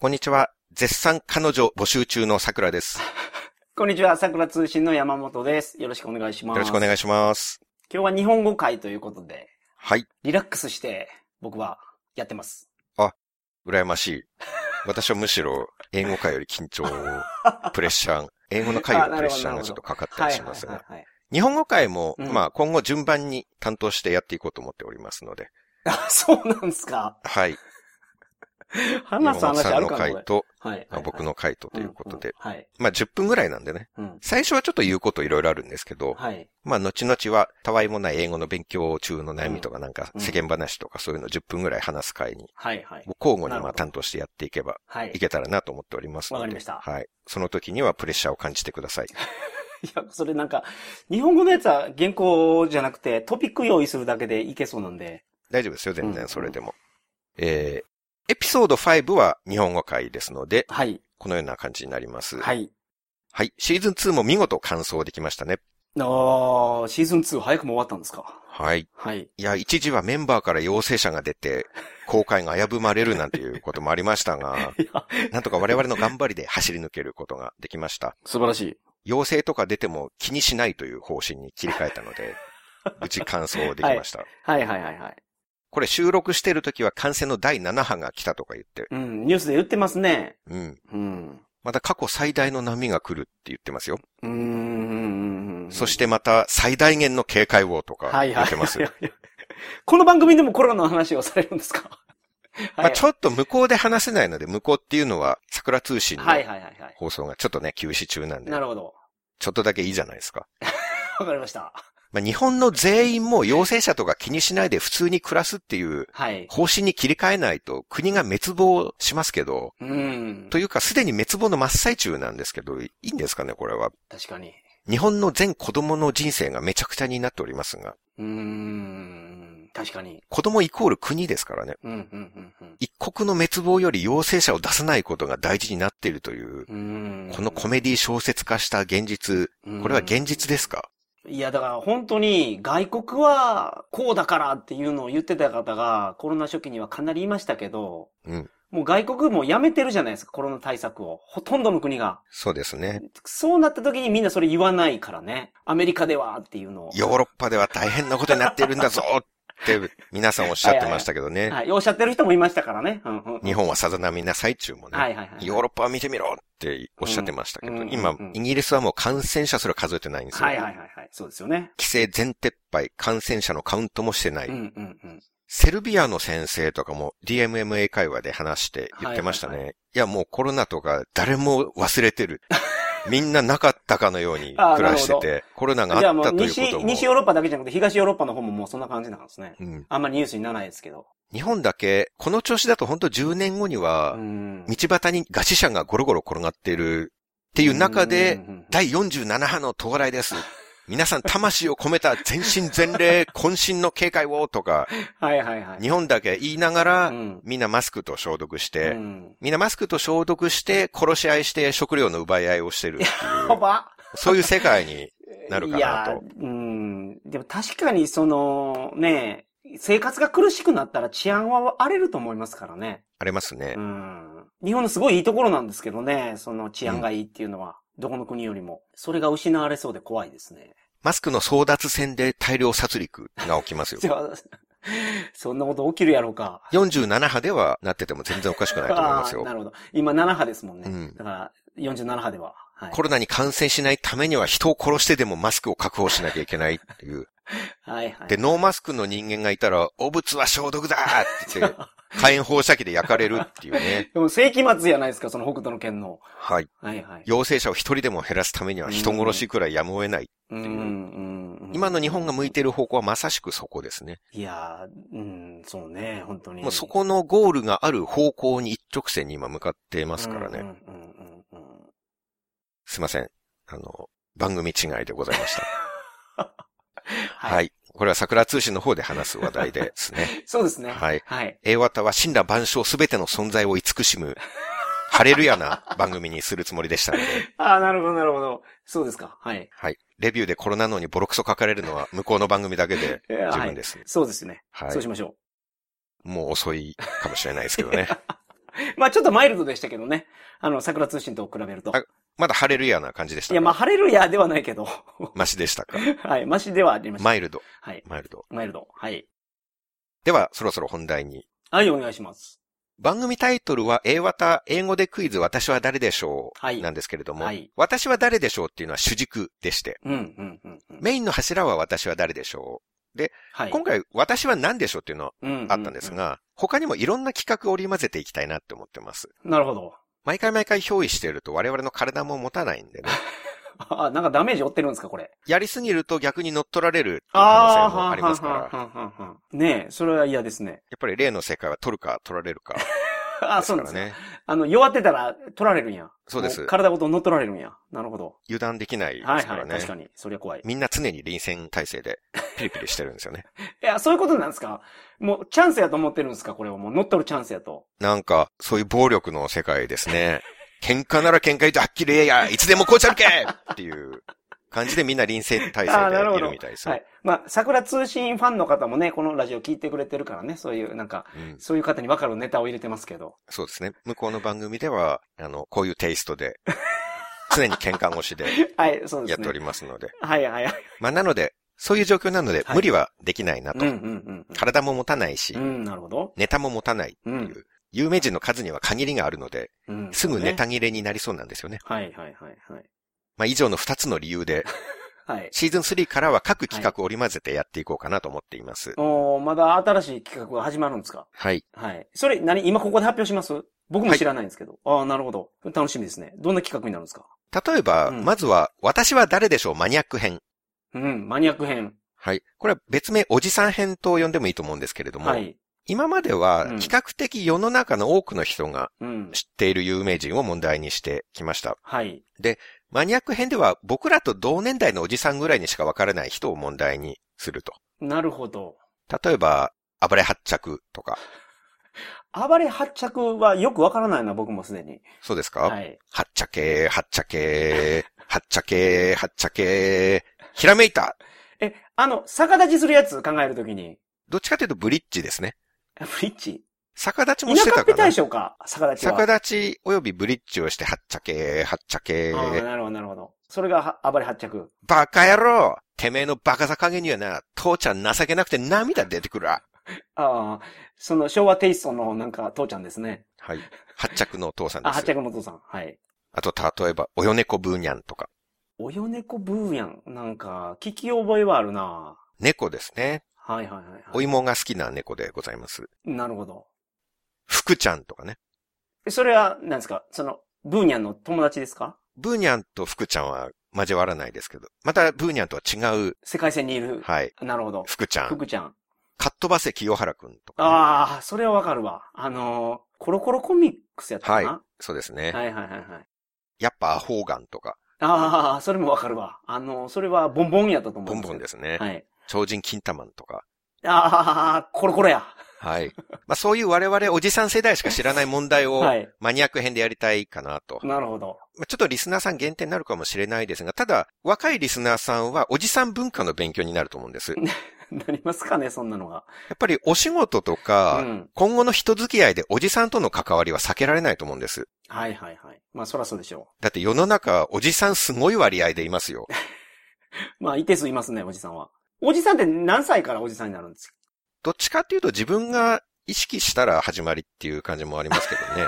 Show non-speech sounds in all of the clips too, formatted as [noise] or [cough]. こんにちは。絶賛彼女募集中の桜です。こんにちは、桜通信の山本です。よろしくお願いしまよす。ろしくお願いします。今日は日本語会ということで、はい。リラックスして僕はやってます。羨ましい。私はむしろ、英語会より緊 [laughs] 張、プレッシャー、英語の会よりプレッシャーがちょっとかかったりしますはいが。はいはい日本語会も、うんまあ今後順番に担当してやっていこうと思っておりますので。はい。あ、そうなんですか。はい。話す山本話さあんのるかなこれ会と、はいはいまはあい。僕の会とということで。うんうんはい。まあ10分ぐらいなんでね。うん。最初はちょっと言うこといろいろあるんですけど、はい。まあ、後々は、たわいもない英語の勉強中の悩みとか、なんか、うん世間話とか、そういうの10分ぐらい話す会に、はいはい。交互になるまほあど担当してやっていけば、はい。いいけたらなと思っておりますので。わかりましたはい。その時にはプレッシャーを感じてください。や、それなんか、日本語のやつは原稿じゃなくてトピック用意するだけでいけそうなんで。大丈夫ですよ、全う然、んそれでも。えー、エピソード5は日本語会ですので、はい。このような感じになります。。はいい。はい。シーズン2も見事完走できましたね。あー、シーズン2早くも終わったんですか。はい。はい。いや、一時はメンバーから陽性者が出 [laughs] て、公開が危ぶまれるなんていうこともありましたが、いや、なんとか我々の頑張りで走り抜けることができました。素晴らしい。陽性とか出ても気にしないという方針に切り替えたの [laughs] で、無事完走できました。はいはいはいはい。これ収録してる時は感染の第7波が来たとか言って、うん、ニュースで言ってますね。うん。うん。また過去最大の波が来るって言ってますよ。うーん。そしてまた最大限の警戒をとかはい言はい。ってます。いやいや [laughs] この番組でもコロナの話をされるんですか [laughs] まあちょょっと向こうで話せないので、向こうっていうのは桜通信のはいはいはいはい。放送がちょっとね、休止中なんでな、るほど。ちょっとだけいいじゃないですか。わかりました。まあ日本の全員も陽性者とか気にしないで普通に暮らすっていうはい。方針に切り替えないと国が滅亡しますけど、うん。というかすでに滅亡の真っ最中なんですけど、いいんですかね、これは。確かに。日本の全子供の人生がめちゃくちゃになっておりますが、うーん。確かに。子供イコール国ですからね。うん、うん、うん、一国の滅亡より陽性者を出さないことが大事になっているという、うん。うーん。このコメディ小説化した現実、うんこれは現実ですかいや、だから本当に外国はこうだからっていうのを言ってた方がコロナ初期にはかなりいましたけど、うんもう外国もやめてるじゃないですか、コロナ対策を。ほとんどの国が。そうですね。そうなった時にみんなそれ言わないからね。アメリカではっていうのを。ヨーロッパでは大変なことになっているんだぞって皆さんおっしゃってましたけどね。はい、おっしゃってる人もいましたからね。うんうんうん日本はさざ波な最中もね。はいはいはい。ヨーロッパは見てみろっておっしゃってましたけど、うん今う、んイギリスはもう感染者すら数えてないんですよ。はいはいはいはい。そうですよね。規制全撤廃、感染者のカウントもしてない。うんうんうん。セルビアの先生とかも DMMA 会話で話して言ってましたね。はいいはいや、もうコロナとか誰も忘れ [laughs] てる。みんななかったかのようにあー暮らしてなて、コロナがじゃああっもたうというこ西、とも。西ヨーロッパだけじゃなくて東ヨーロッパの方ももうそんな感じなんですね。うん、あんまりニュースにならないですけど。日本だけ、この調子だと本当10年後にうは、ん。道端に餓死者がゴロゴロ転がっているっていう中で、うんうんうん、第47波の到来 [laughs] です。皆さん、魂を込めた全身全霊、渾身の警戒をとか、はいはいはい。日本だけ言いながらう、んみんなマスクと消毒しうて、ん。みんなマスクと消毒して、殺し合いして、食料の奪い合いをしてるっていほう、ばそういう世界に、なるかいなとや、うん。でも確かにその、ね、生活が苦しくなったら治安は荒れると思いますからね。ありますねう。ん。日本のすごいいいところなんですけどね、その治安がいいっていうのは、どこの国よりも。それが失われそうで怖いですね。マスクの争奪戦で大量殺戮が起き [laughs] ますよじ。ゃあ、そんなこと起きるやろうか。 47波ではなってても全然おかしくないと思いますあーなよ。るほど。今7波ですもんうね。んだから、47波では。はい。コロナに感染しないためには人を殺してでもマスクを確保しなきゃいけないっていう。はいはい。で、ノーマスクの人間がいたら、汚物は消毒だー [laughs] って言って、火炎放射器で焼かれるっていうね。でも世紀末じゃないですか、その北斗の県の。 [laughs] はい。はいはい。陽性者を一人でも減らすためには人殺しくらいやむを得ない。うんうんうん今の日本が向いている方向はまさしくそこですね。いやー、うん、そうね、本当に。もうそこのゴールがある方向に一直線に今向かっていますからうんね。うんうんうんすいません。あの、番組違いでございました。は。[laughs] はいい。これは桜通信の方で話す話題ですね。 [laughs] そうですね。はいはい。英和田は神羅万象すべての存在を慈しむ、ハレルヤな番組にするつもりでしたので。ああ、なるほど、なるほど。そうですか。はい。はい。レビューでコロナのにボロクソ書かれるのは向こうの番組だけでえー十 [laughs] は分い。です。そうですね。はい。そうしましょ [laughs] もう遅いかもしれないですけどね。まあちょっとマイルドでしたけどね。あの、桜通信と比べると。あまだハレルヤな感じでしたかいや、まあ、ハレルヤではないけど。 [laughs] マシでしたか。はい。マシではありました。マイルド。はい。マイルド。マイルド。はい。では、そろそろ本題に。はい、お願いします。番組タイトルは、英和た英語でクイズ、私は誰でしょう、はいなんですけれども、はい私は誰でしょうっていうのは主軸でして、うん、うん、うんうん。メインの柱は私は誰でしょはう。い。今回、私は何でしょうっていうのは回あったんですが、。他にもいろんな企画を織り交ぜていきたいなって思ってます。なるほど。毎回毎回憑依していると我々の体も持たないんでね。あ、なんかダメージ負ってるんですか、これ。やりすぎると逆に乗っ取られるっていう可能性もありますから、はやっははははねえ、それは嫌ですね。ぱり例の世界は取るか取られるかで [laughs] あ、すそうかなんでらすね。ね。あの、弱ってたら取られるんや。そうですも体ごと乗っ取られるんや。なるほど。油断できないですかはらいね。はい、確かに。そりゃ怖い。みんな常に臨戦態勢でピリピリしてるんですよね。いや、そういうことなんですかもう、チャンスやと思ってるんですかこれをもう乗っ取るチャンスやと。なんか、そういう暴力の世界ですね。 [laughs] 喧嘩なら喧嘩言ってあっきりええやいつでもこうちゃるけっていう感じでみんな臨戦態あ勢あ、なるでほいるど。みたいですはよ。い。まあ、桜通信ファンの方もね、このラジオ聞いてくれてるからね、そういう、なんか、うん、そういう方に分かるネタを入れてますけど。 [laughs] そうですね。向こうの番組では、あの、こういうテイストで、常に喧嘩腰ではい、そうでやっすね。ておりますので。はいはいはい。まあ、なので、そういう状況なので、はい無理はできないなうんうと。んうん体も持たないしうん。う、ん、なるほど。ネタも持たないってういん。う、有名人の数には限りがあるので、うんすぐネタ。切れになりそうなんですよね。はいはいはいはい。まあ、以上の2つの理由で、はい。シーズン3からは各企画を織り交ぜてやっていこうかなと思っています。おーまだ新しい企画が始まるんですかはい。はい。それ、何今ここで発表します僕も知らないんですけど。ああ、なるほど。楽しみですね。どんな企画になるんですか例えば、うんまずは、私は誰でしょうマニアック編。うん、マニアック編。はい。これは別名おじさん編と呼んでもいいと思うんですけれども、はい。今まではうん比較的世の中の多くの人がうん。知っている有名人を問題にしてきました。はい。マニアック編では僕らと同年代のおじさんぐらいにしかわからない人を問題にすると。なるほど。例えば、暴れ発着とか。暴れ発着はよくわからないな、僕もすでに。そうですか、はい。はっちゃけー、はっちゃけー、はっちゃけー、はっちゃけー、ひらめいたえ、あの、逆立ちするやつ考えるときに、どっちかというとブリッジですね。ブリッジ逆立ちも田して舎たっぺかな大将か、逆立ちは。逆立ち及びブリッジをしてはっちゃけー、はっちゃけああ、ー、なるほど、なるほど。それがは暴れ発着。バカ野郎てめえのバカさ加減にはな、父ちゃん情けなくて涙出てくるわ。ああ、その昭和テイストのなんか父ちゃんですね。はい。発着のお父さんであ、発す。着のお父さん。はい。あと、例えば、およねこブーニャンとか。およねこブーヤン。なんか、聞き覚えはあるな。猫ですね。はいはいはい、はい。お芋が好きな猫でございます。なるほど。福ちゃんとかね。それは、なんですかその、ブーニャンの友達ですかブーニャンと福ちゃんは交わらないですけど。また、ブーニャンとは違う、世界線にいる。はい。なるほど。福ちゃん。福ちゃん。カットバセ清原くんとかね、ああ、それはわかるわ。あのーコロコロコミックスやったかな、はそうですね。はい、はいはいはいはいやっぱアホーガンとか、ああ、それもわかるわ。あのーそれはボンボンやったと思ボうんンですボンですすね。はい。超人金玉とか。ああ、コロコロや。はい。 [laughs] まあそういう我々おじさん世代しか知らない問題をはい。マニアック編でやりたいかなと。なるほど。 [laughs] まあちょっとリスナーさん限定になるかもしれないですが、ただ若いリスナーさんはおじさん文化の勉強になると思うんです。 [laughs] やなりますかね、そんなのが。っぱりお仕事とうか、ん。今後の人付き合いでおじさんとの関わりは避けられないと思うんです。はいはいはい。まあ、そらそうでしょだって世の中おじさんすごい割合でいます [laughs] よ。う。まあ、一定数いますね、おじさんは。おじさんって何歳からおじさんになるんですかどっちかっていうと自分が意識したら始まりっていう感じもありますけど [laughs] ね。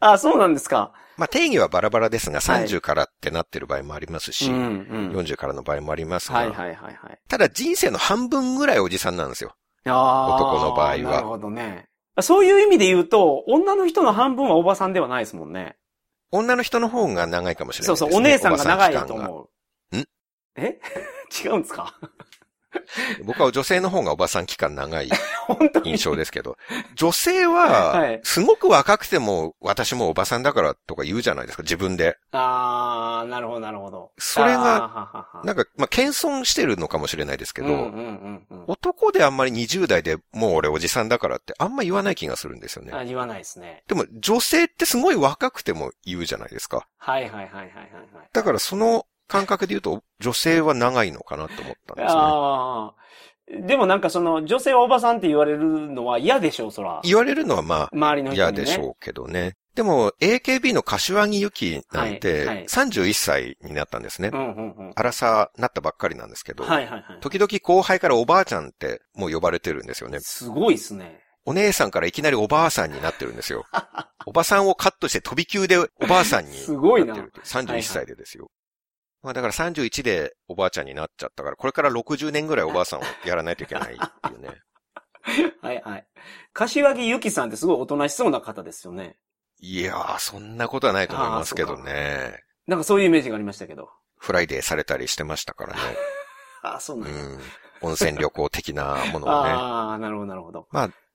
ああ、そうなんですか。まあ定義はバラバラですが、はい30からってなってる場合もありますし、うん。 40からの場合もありますが、はいはいはいはい。ただ人生の半分ぐらいおじさんなんですよ。あー男の場合はなるほどね。そういう意味で言うと、女の人の半分はおばさんではないですもんね。女の人の方が長いかもしれなそいうです、そね。う、お姉さんが長いとおばさん期思う。んえ [laughs] 違うんですか間が僕は女性の方がおばさん期間長い本当に。印象ですけど、女性は、はいすごく若くても、私もおばさんだからとか言うじゃないですか、自分で。あー、なるほど、なるほど。それがあー、なんか、まあ、謙遜してるのかもしれないですけど、うんうんうんうん。男であんまり20代でもう俺おじさんだからってあんま言わない気がするんですよね。あ言わないですね。でも女性ってすごい若くても言うじゃないですか。はいはいはいはいはいはい。だからその感覚で言うと女性は長いのかなと思ったんですね。ああ。でもなんかその、女性はおばさんって言われるのは嫌でしょう、そら。言われるのはまあ、周りの人嫌に、ね。でしょうけどね。でも、AKB の柏木由紀なんはいはいて、31歳になったんですねう。んうんうん。荒さなったばっかりなんですけど、はいはいはい。時々後輩からおばあちゃんってもう呼ばれてるんですよね。すごいっすね。お姉さんからいきなりおばあさんになってるんです [laughs] よ。おばさんをカットして飛び級でおばあさんになってる。すごいな31歳でですよ。まあだから31でおばあちゃんになっちゃったから、これから60年ぐらいおばあさんをやらないといけないって [laughs] いうね。はいはい。柏木由紀さんってすごいおとなしそうな方ですよね。いやー、そんなことはないと思いますけどね。なんかそういうイメージがありましたけど。フライデーされたりしてましたからね。ああ、そううなんだ。ん。温泉旅行的なものをね。ああ、なるほどなるほど。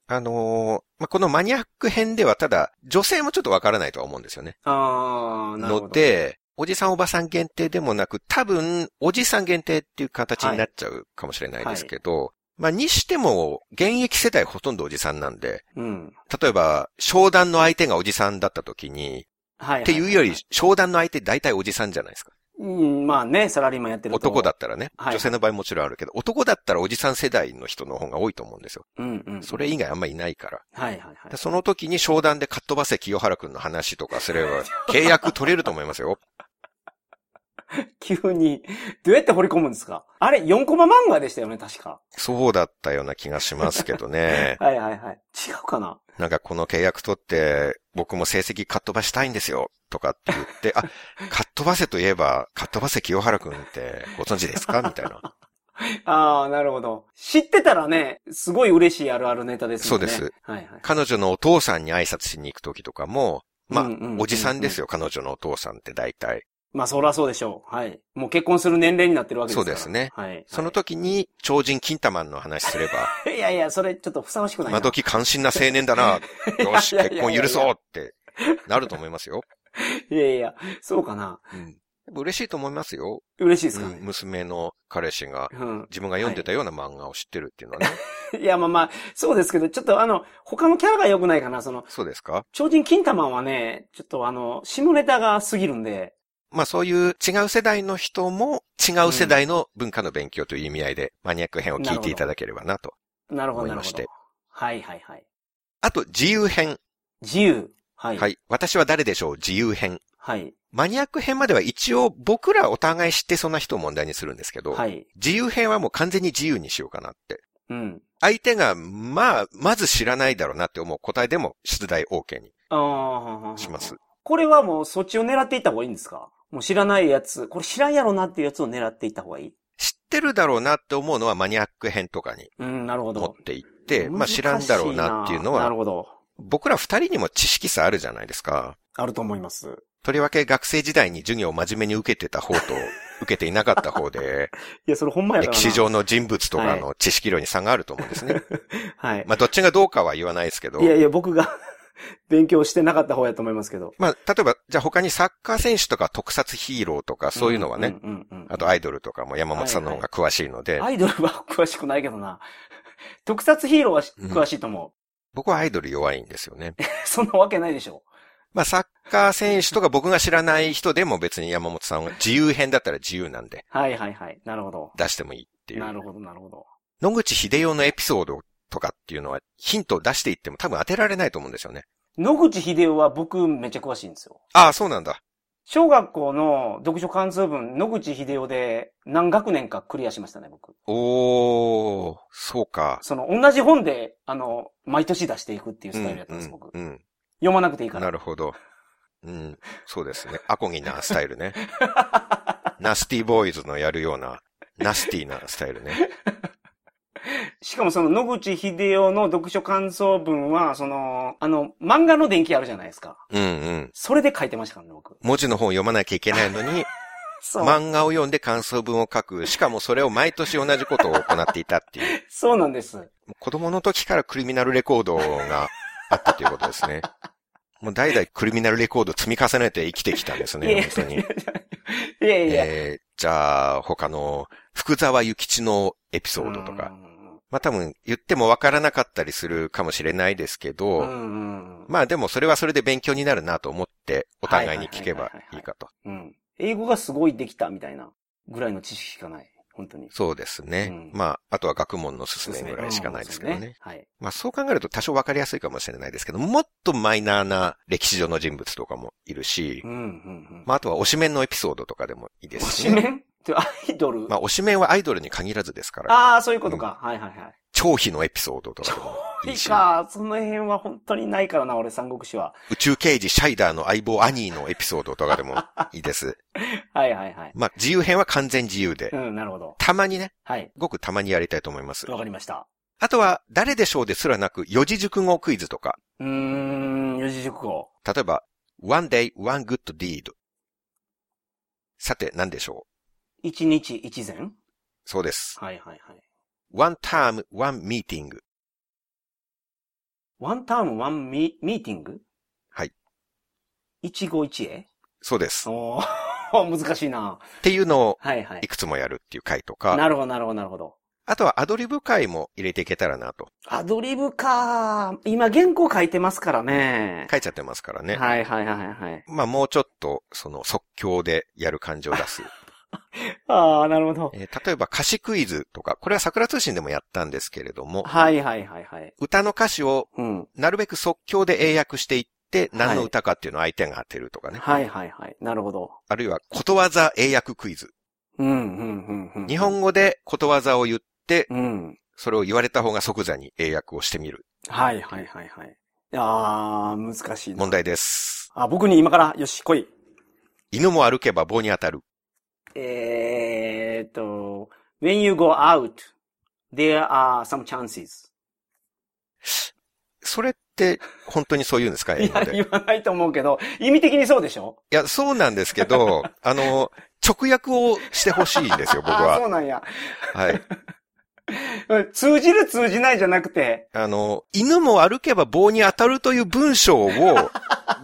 あのーまあ、このマニアック編ではただ、女性もちょっとわからないとは思うんですよね。ああ、なるほど。の、で、おじさんおばさん限定でもなく、多分、おじさん限定っていう形になっちゃうかもしれないですけど、まあ、にしても、現役世代ほとんどおじさんなんで、うん。例えば、商談の相手がおじさんだった時に、はい。っていうより、商談の相手大体おじさんじゃないですか。うん、まあね、サラリーマンやってると。男だ。ったらね、はい女性の場合もちろんあるけど、男だったらおじさん世代の人の方が多いと思うんですよ。うんうん。それ以外あんまいないから。はいはいでその時に商談でかっ飛ばせ清原くんの話とかすれ [laughs] ば、契約取れると思いますよ。はい。急に、どうやって掘り込むんですかあれ、4コマ漫画でしたよね、確か。そうだったような気がしますけど [laughs] ね。はいはいはい。違うかななんかこの契約取って、僕も成績かっ飛ばしたいんですよ。とかって言って、あ、かっ飛ばせといえば、かっ飛ばせ清原くんってご存知ですかみたいな。ああ、なるほど。知ってたらね、すごい嬉しいあるあるネタですもんね。そうです。はいはい。彼女のお父さんに挨拶しに行く時とかも、まあうんうんうんうん、おじさんですよ、彼女のお父さんって大体。まあ、そらそうでしょう。はい。もう結婚する年齢になってるわけですからそうですねはい。その時に、超人金玉の話すれば、はい。いやい [laughs] や、それちょっとふさわしくないな。今時関心な青年だな。よし、 [laughs] いやいやい結や婚許そうってなると思いますよ。いやいや、そうかな。うん。嬉しいと思いますよ。嬉しいですうかん、ね。娘の彼氏がうん。自分が読んでたような漫画を知ってるっていうのはね。いや、まあまあ、そうですけど、ちょっとあの、他のキャラが良くないかな。その、そうですか超人金玉はね、ちょっとあの、下ネタが過ぎるんで、まあそういう違う世代の人も違う世代の文化の勉強という意味合いでマニアック編を聞いていただければなと。なるほど、思ないるまほしどて。はいはいはい。あと自由編。自由。はい。はい。私は誰でしょう自由編。はい。マニアック編までは一応僕らお互い知ってそんな人を問題にするんですけど、はい。自由編はもう完全に自由にしようかなって。うん。相手が、まあ、まず知らないだろうなって思う答えでも出題 OK にああ、します。。これはもう、そっちを狙っていった方がいいんですかもう知らないやつ、これ知らんやろなっていうやつを狙っていった方がいい。知ってるだろうなって思うのはマニアック編とかにうん、なるほ持どっ。ていって、まあ知らんだろうなっていうの難しななは、るほど。僕ら二人にも知識差あるじゃないですか。あると思います。とりわけ学生時代に授業を真面目に受けてた方 [laughs] と、受けていなかった方で、い [laughs] や、それほんまやからな。歴史。上の人物とかの知識量に差があると思うんです [laughs] ね。はい。まあどっちがどうかは言わないですけどい、やいや、僕が [laughs] 勉強してなかった方やと思いますけど。まあ例えば、じゃあ他にサッカー選手とか特撮ヒーローとかそういうのはね、うんうんうんうんあとアイドルとかも山本さんの方が詳しいので、アイドルは詳しくないけどな。 [laughs] 特撮ヒーローはしうん詳しいと思僕はアイドル弱いんですよね。う。 [laughs] そんなわけないでしょ。まあ、サッカー選手とか僕が知らない人でも別に山本さんは自由編だったら自由なんではいはいはい。なるほど。出してもいいっていなう。るほど、なるほど。野口秀夫のエピソードとかっていうのはヒントを出していっても多分当てられないと思うんですよね。野口秀夫は僕めっちゃ詳しいんですよ。ああ、そうなんだ。小学校の読書感想文、野口秀夫で何学年かクリアしましたね、僕。おー、そうか。その、同じ本で、あの、毎年出していくっていううスん、タイルやったんです、僕。うんうん読まなくていいから。なるほど。うん、そうですね。アコギなスタイルね。 [laughs] ナスティーボーイズのやるような、ナスティーなスタイルね。しかもその野口秀夫の読書感想文は、その、あの、漫画の電気あるじゃないですか。うんうん。それで書いてましたからね、僕。文字の本を読まなきゃいけないのに、そう。漫画を読んで感想文を書く。しかもそれを毎年同じことを行っていたっていう。そうなんです。子供の時からクリミナルレコードがあったということですね。もう代々クリミナルレコード積み重ねて生きてきたんですいやいね、や本当に。いやいやいや。えー、じゃあ、他の福沢諭吉のエピソードとか。まあ多分言ってもわからなかったりするかもしれないですけうど、ん。うんうん。まあでもそれはそれで勉強になるなと思って、お互いに聞けばいいかと。うん。英語がすごいできたみたいなぐらいの知識しかない。本当に。そうですね。うんまあ、あとは学問の進めぐらいしかないですけどね。そうはい。まあそう考えると多少わかりやすいかもしれないですけど、もっとマイナーな歴史上の人物とかもいるしう、ん、うん、うん。まああとは推しメンのエピソードとかでもいいで推すしし、メね。ンって [laughs] アイドル、まあ推しメンはアイドルに限らずですから、ああ、そういうことか。はいはいはい。超飛のエピソードとかでもいいいいし、か、その辺は本当にないからな、俺、三国志は。宇宙刑事シャイダーの相棒アニーのエピソードとかでもいいです。はいはいはい。まあ自由編は完全自由でう、ん、なるほど。たまにね、はい。ごくたまにやりたいと思います。わかりました。あとは、誰でしょうですらなく、四字熟語クイズとか、うーん、四字熟語。例えば、one day, one good deed。さて、何でしょう一日一善そうです。はいはいはい。 one time, one meeting。ワンターム、ワンミミーティングはい。一期一会そうです。っおー、 [laughs] 難しいな。ていうのを、はいはいい。くつもやるっていう回となか、るほど、なるほど、なるほど。あとはアドリブ回も入れていけたらなと。アドリブか。今、原稿書いてますからね。書いちゃってますからね。はいはいはいはい。まあもうちょっと、その即興でやる感じを出す。ああ、なるほど。えー例えば歌詞クイズとか、これは桜通信でもやったんですけれども、はいはいはいはい。歌の歌詞をうん。なるべく即興で英訳していって、い何の歌かっていうのを相手が当てるとかね。はいはいはい。なるほど。あるいはことわざ英訳クイズ。うん、うん、うん、うん。日本語でことわざを言って、うん。それを言われた方が即座に英訳をしてみる。はいはいはいはい。ああ、難しいな問。題です。あ、僕に今から、よし、来い。犬も歩けば棒に当たる。えーっと、when you go out, there are some chances. それって本当にそう言うんですかい英語や、で。い言わないと思うけど、意味的にそうでしょや、そうなんですけ [laughs] ど、あの、直訳をしてほしいんですよ、僕 [laughs] ああ、そは。うなんや。はい。うん通じる通じないじゃなくて、あの、犬も歩けば棒に当たるという文章 [laughs] を、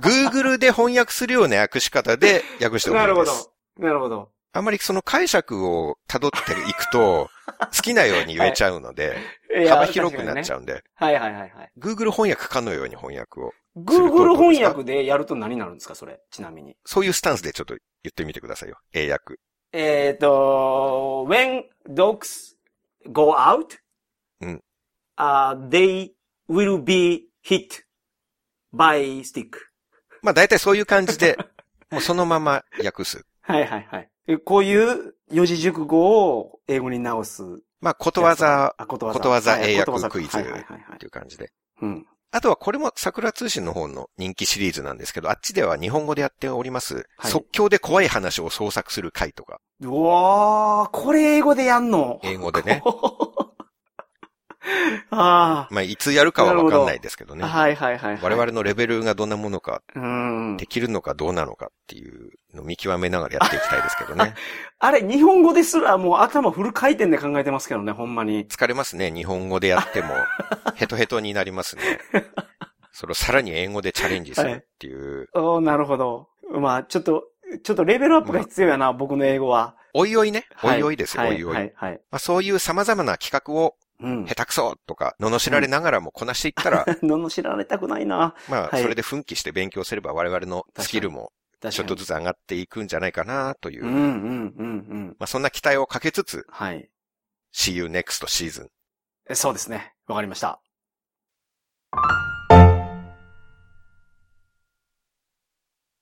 Google で翻訳するような訳し方で訳してほしいんです。なるほど。なるほど。あんまりその解釈を辿っていくと、好きなように言えちゃうので、 [laughs] いや幅広くなっち確かゃうんで、にねはいはいはいはい。 Google 翻訳かのように翻訳を、 Google 翻訳でやると何になるんですかそれ、ちなみに。そういうスタンスでちょっと言ってみてくださいよ。英訳。えっ、と、when dogs go out, うん uh, they will be hit by stick. まあ大体そういう感じで、 [laughs] もうそのまま訳す。はいはいはいえ。こういう四字熟語を英語に直す。まあことわざあ、ことわざ。ことわざはい英訳ことわざクイズはいはいはいはっいて。いう感じで。うん。あとはこれも桜通信の方の人気シリーズなんですけど、あっちでは日本語でやっております、はい即興で怖い話を創作する回とか、うわー、これ英語でやんの。英語でね [laughs] あまあいつやるかはわかんないですけどあ、ね。はいはいはい、はい。我々のレベルがどんなものかうんで。きるのかどうなのかっていうのを見極めながらやっていきたいですけど [laughs] ね。あれ、日本語ですらもう頭フル回転で考えてますけどね、ほんまに。疲れますね。日本語でやっても、ヘトヘトになりますね。 [laughs] それをさらに英語でチャレンジするっていう、おーなるほど。まあ、ちょっと、ちょっとレベルアップが必要やな、僕の英語は。おいおいね。おはいおいですよ、はおいおい。はい、はい。まあ、そういう様々な企画を、うん。下手くそとか、罵られながらもこなしていったら、 [laughs] のの知られたくないな。まあ、はいそれで奮起して勉強すれば我々のスキルもちょっとずつ。つ上がっていくんじゃないかなという、うん、うまん、うん、うん。あ、そんな期待をかけつつ、はい。 See you next season. えそうですね。わかりました。